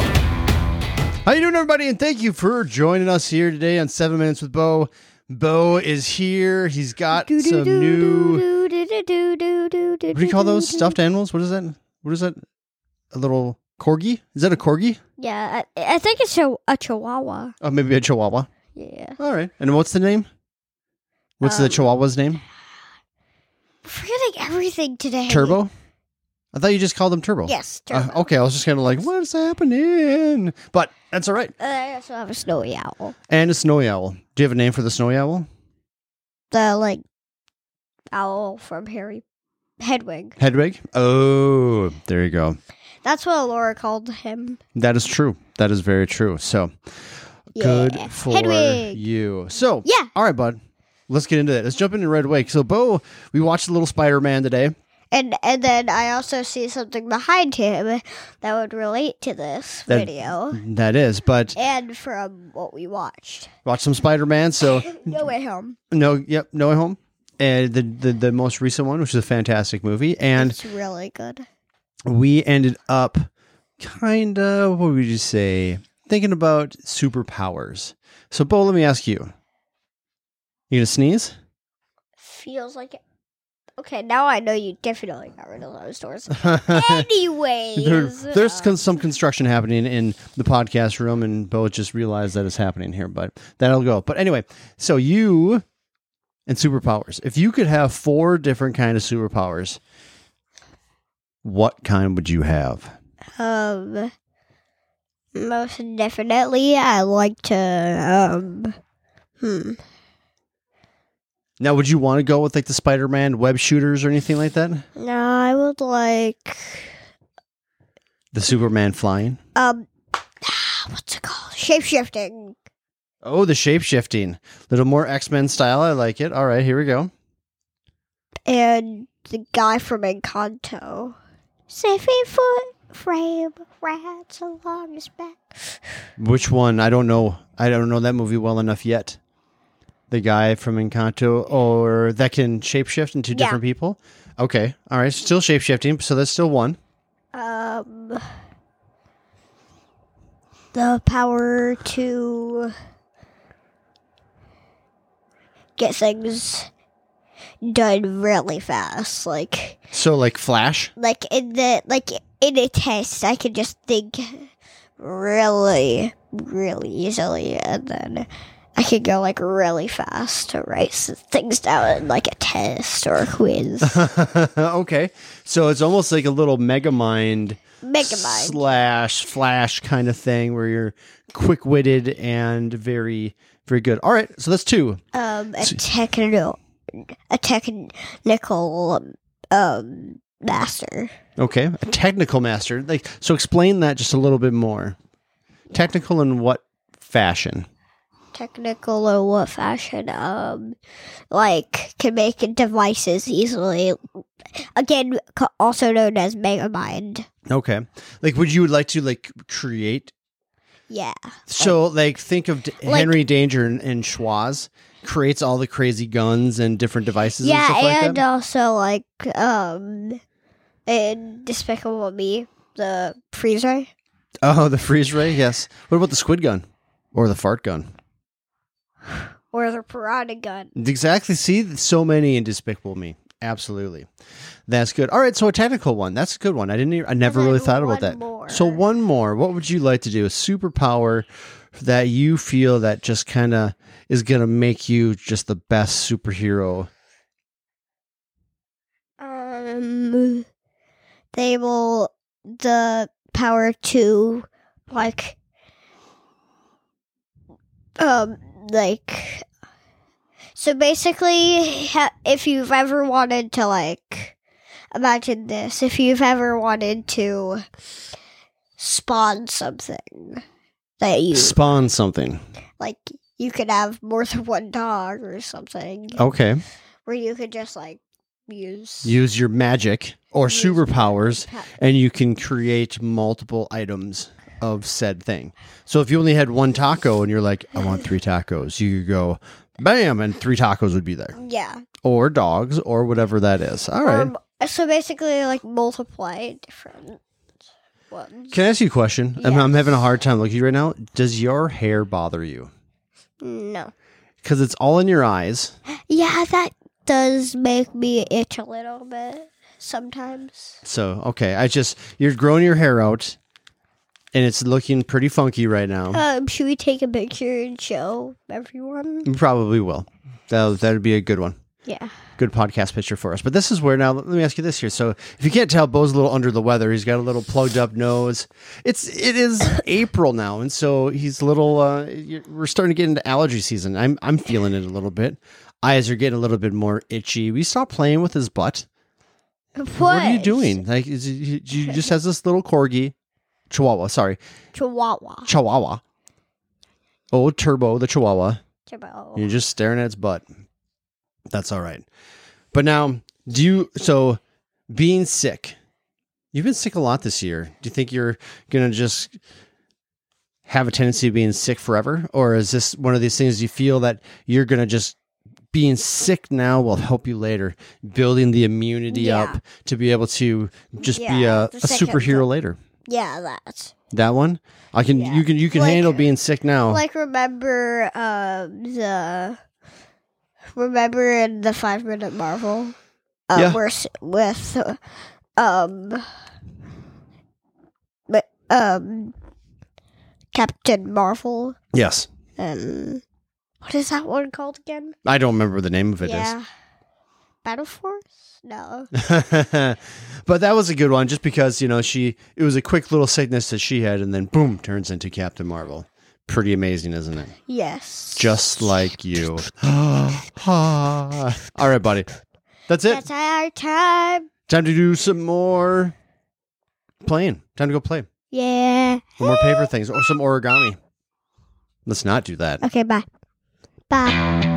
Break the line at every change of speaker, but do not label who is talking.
How you doing, everybody? And thank you for joining us here today on Seven Minutes with Bo. Bo is here. He's got some new.
What
What do you call those stuffed animals? What is that? What is that? A little corgi? Is that a corgi?
Yeah, I, I think it's a, a chihuahua.
Oh, maybe a chihuahua.
Yeah.
All right. And what's the name? What's the
Um,
chihuahua's name?
Forgetting everything today.
Turbo. I thought you just called him Turbo.
Yes,
Uh,
turbo.
okay, I was just kind of like, what's happening? But that's all right.
Uh, I also have a snowy owl.
And a snowy owl. Do you have a name for the snowy owl?
The like owl from Harry Hedwig.
Hedwig. Oh, there you go.
That's what Laura called him.
That is true. That is very true. So
Yeah.
good for
Hedwig.
you. So
Yeah.
all right, bud. Let's get into that. Let's jump into right away. So, Bo, we watched a little Spider Man today.
And and then I also see something behind him that would relate to this
That-
video
That is, but
and from what we watched.
watched some Spider Man. So,
No way home.
no, yep, No Way Home, and the, the the most recent one, which is a fantastic movie. And
it's really good.
we ended up kind of what would you say thinking about superpowers so bo let me ask you you gonna sneeze
Feels like it. Okay, now I know you definitely got rid of those doors. Anyways,
there, there's
uh,
con- some construction happening in the podcast room and bo just realized that is happening here but that'll go but anyway so you and superpowers if you could have four different kind of superpowers what kind would you have
um, most definitely, I like to um, hmm,
now would you want to go with like the spider-man web shooters or anything like that
no, I would like
The Superman flying?
um, ah, what's it called? Shape shifting.
Oh, the shape shifting. Little more X Men style. I like it. All right, here we go.
and the guy from Encanto. Saving foot frame rats along his back.
Which one? I don't know. I don't know that movie well enough yet. The guy from Encanto, or that can shapeshift into
Yeah.
different people. Okay. All right. Still shape shifting. So that's still one.
Um, the power to get things done really fast, like
So like Flash.
like in the like in a test, I could just think really, really easily, and then I could go like really fast to write s- things down in like a test or a quiz.
okay. So it's almost like a little Megamind,
Megamind.
slash Flash kind of thing where you're quick witted and very, very good. All right. So that's two.
um a technical a technical um, um master
Okay, a technical master. Like, so explain that just a little bit more. Technical in what fashion?
technical or what fashion um like can make devices easily again c- also known as megamind
Okay, like, would you like to like create?
yeah
So, like, think of D-
Like-
Henry Danger and, and Schwaz creates all the crazy guns and different devices. and
yeah
stuff like
and
that.
also like um in despicable me the freezer uh,
oh, the freeze ray. Yes. What about the squid gun or the fart gun?
or the piranha gun
Exactly. See, so many in Despicable Me. Absolutely, that's good. All right, so a technical one. That's a good one. I didn't. Even, I never
then
really thought about
one
that.
more.
So one more. What would you like to do? A superpower that you feel that just kind of is going to make you just the best superhero.
Um, they will the power to like, um, like. So basically, ha- if you've ever wanted to like, imagine this: if you've ever wanted to spawn something that you
Spawn something.
like, you could have more than one dog or something,
Okay.
where you could just like use
Oh. Use your magic or
Use your
superpowers,
pa-
and you can create multiple items of said thing. So if you only had one taco and you're like, I want three tacos, you could go, bam, and three tacos would be there.
Yeah.
or dogs or whatever that is. All right.
Or, So basically, like multiply different ones.
Can I ask you a question? I'm, I'm
Yes.
having a hard time looking at you right now. Does your hair bother you?
No.
Because it's all in your eyes.
Yeah, that does make me itch a little bit sometimes.
So okay, I just you're growing your hair out, and it's looking pretty funky right now.
Um, should we take a picture and show everyone?
You Probably will. That that'd be a good one.
Yeah.
Good podcast picture for us. But this is where now. Let me ask you this here. So if you can't tell, Bo's a little under the weather. He's got a little plugged up nose. It's it is April now, and so he's a little. Uh, you're- we're starting to get into allergy season. I'm I'm feeling it a little bit. Eyes are getting a little bit more itchy. We stopped playing with his butt.
What,
What are you doing? Like is- he he just has this little corgi, Chihuahua. Sorry,
Chihuahua.
Chihuahua. Oh, Turbo, the Chihuahua.
Chihuahua.
You're just staring at its butt. That's all right. But now, do you so being sick? You've been sick a lot this year. Do you think you're gonna just have a tendency of being sick forever, or is this one of these things you feel that you're gonna just being sick now will help you later, building the immunity
Yeah.
up to be able to just be
Yeah,
a, a
the second
superhero later?
Yeah, that.
That one, I can.
Yeah.
You can. You can
Like-
handle being sick now.
Like remember um the remember in the five minute Marvel. Uh,
Yeah.
Where s- with uh, um but um Captain Marvel
yes,
and what is that one called again?
I don't remember what the name of it is.
yeah. Battle Force? No.
but that was a good one just because, you know, she it was a quick little sickness that she had and then boom turns into Captain Marvel. Pretty amazing, isn't it?
yes.
Just like you. All right, buddy. That's it.
That's our time.
Time to do some more playing. Time to go play.
Yeah.
One more paper things or some origami. Let's not do that.
Okay, bye. Bye.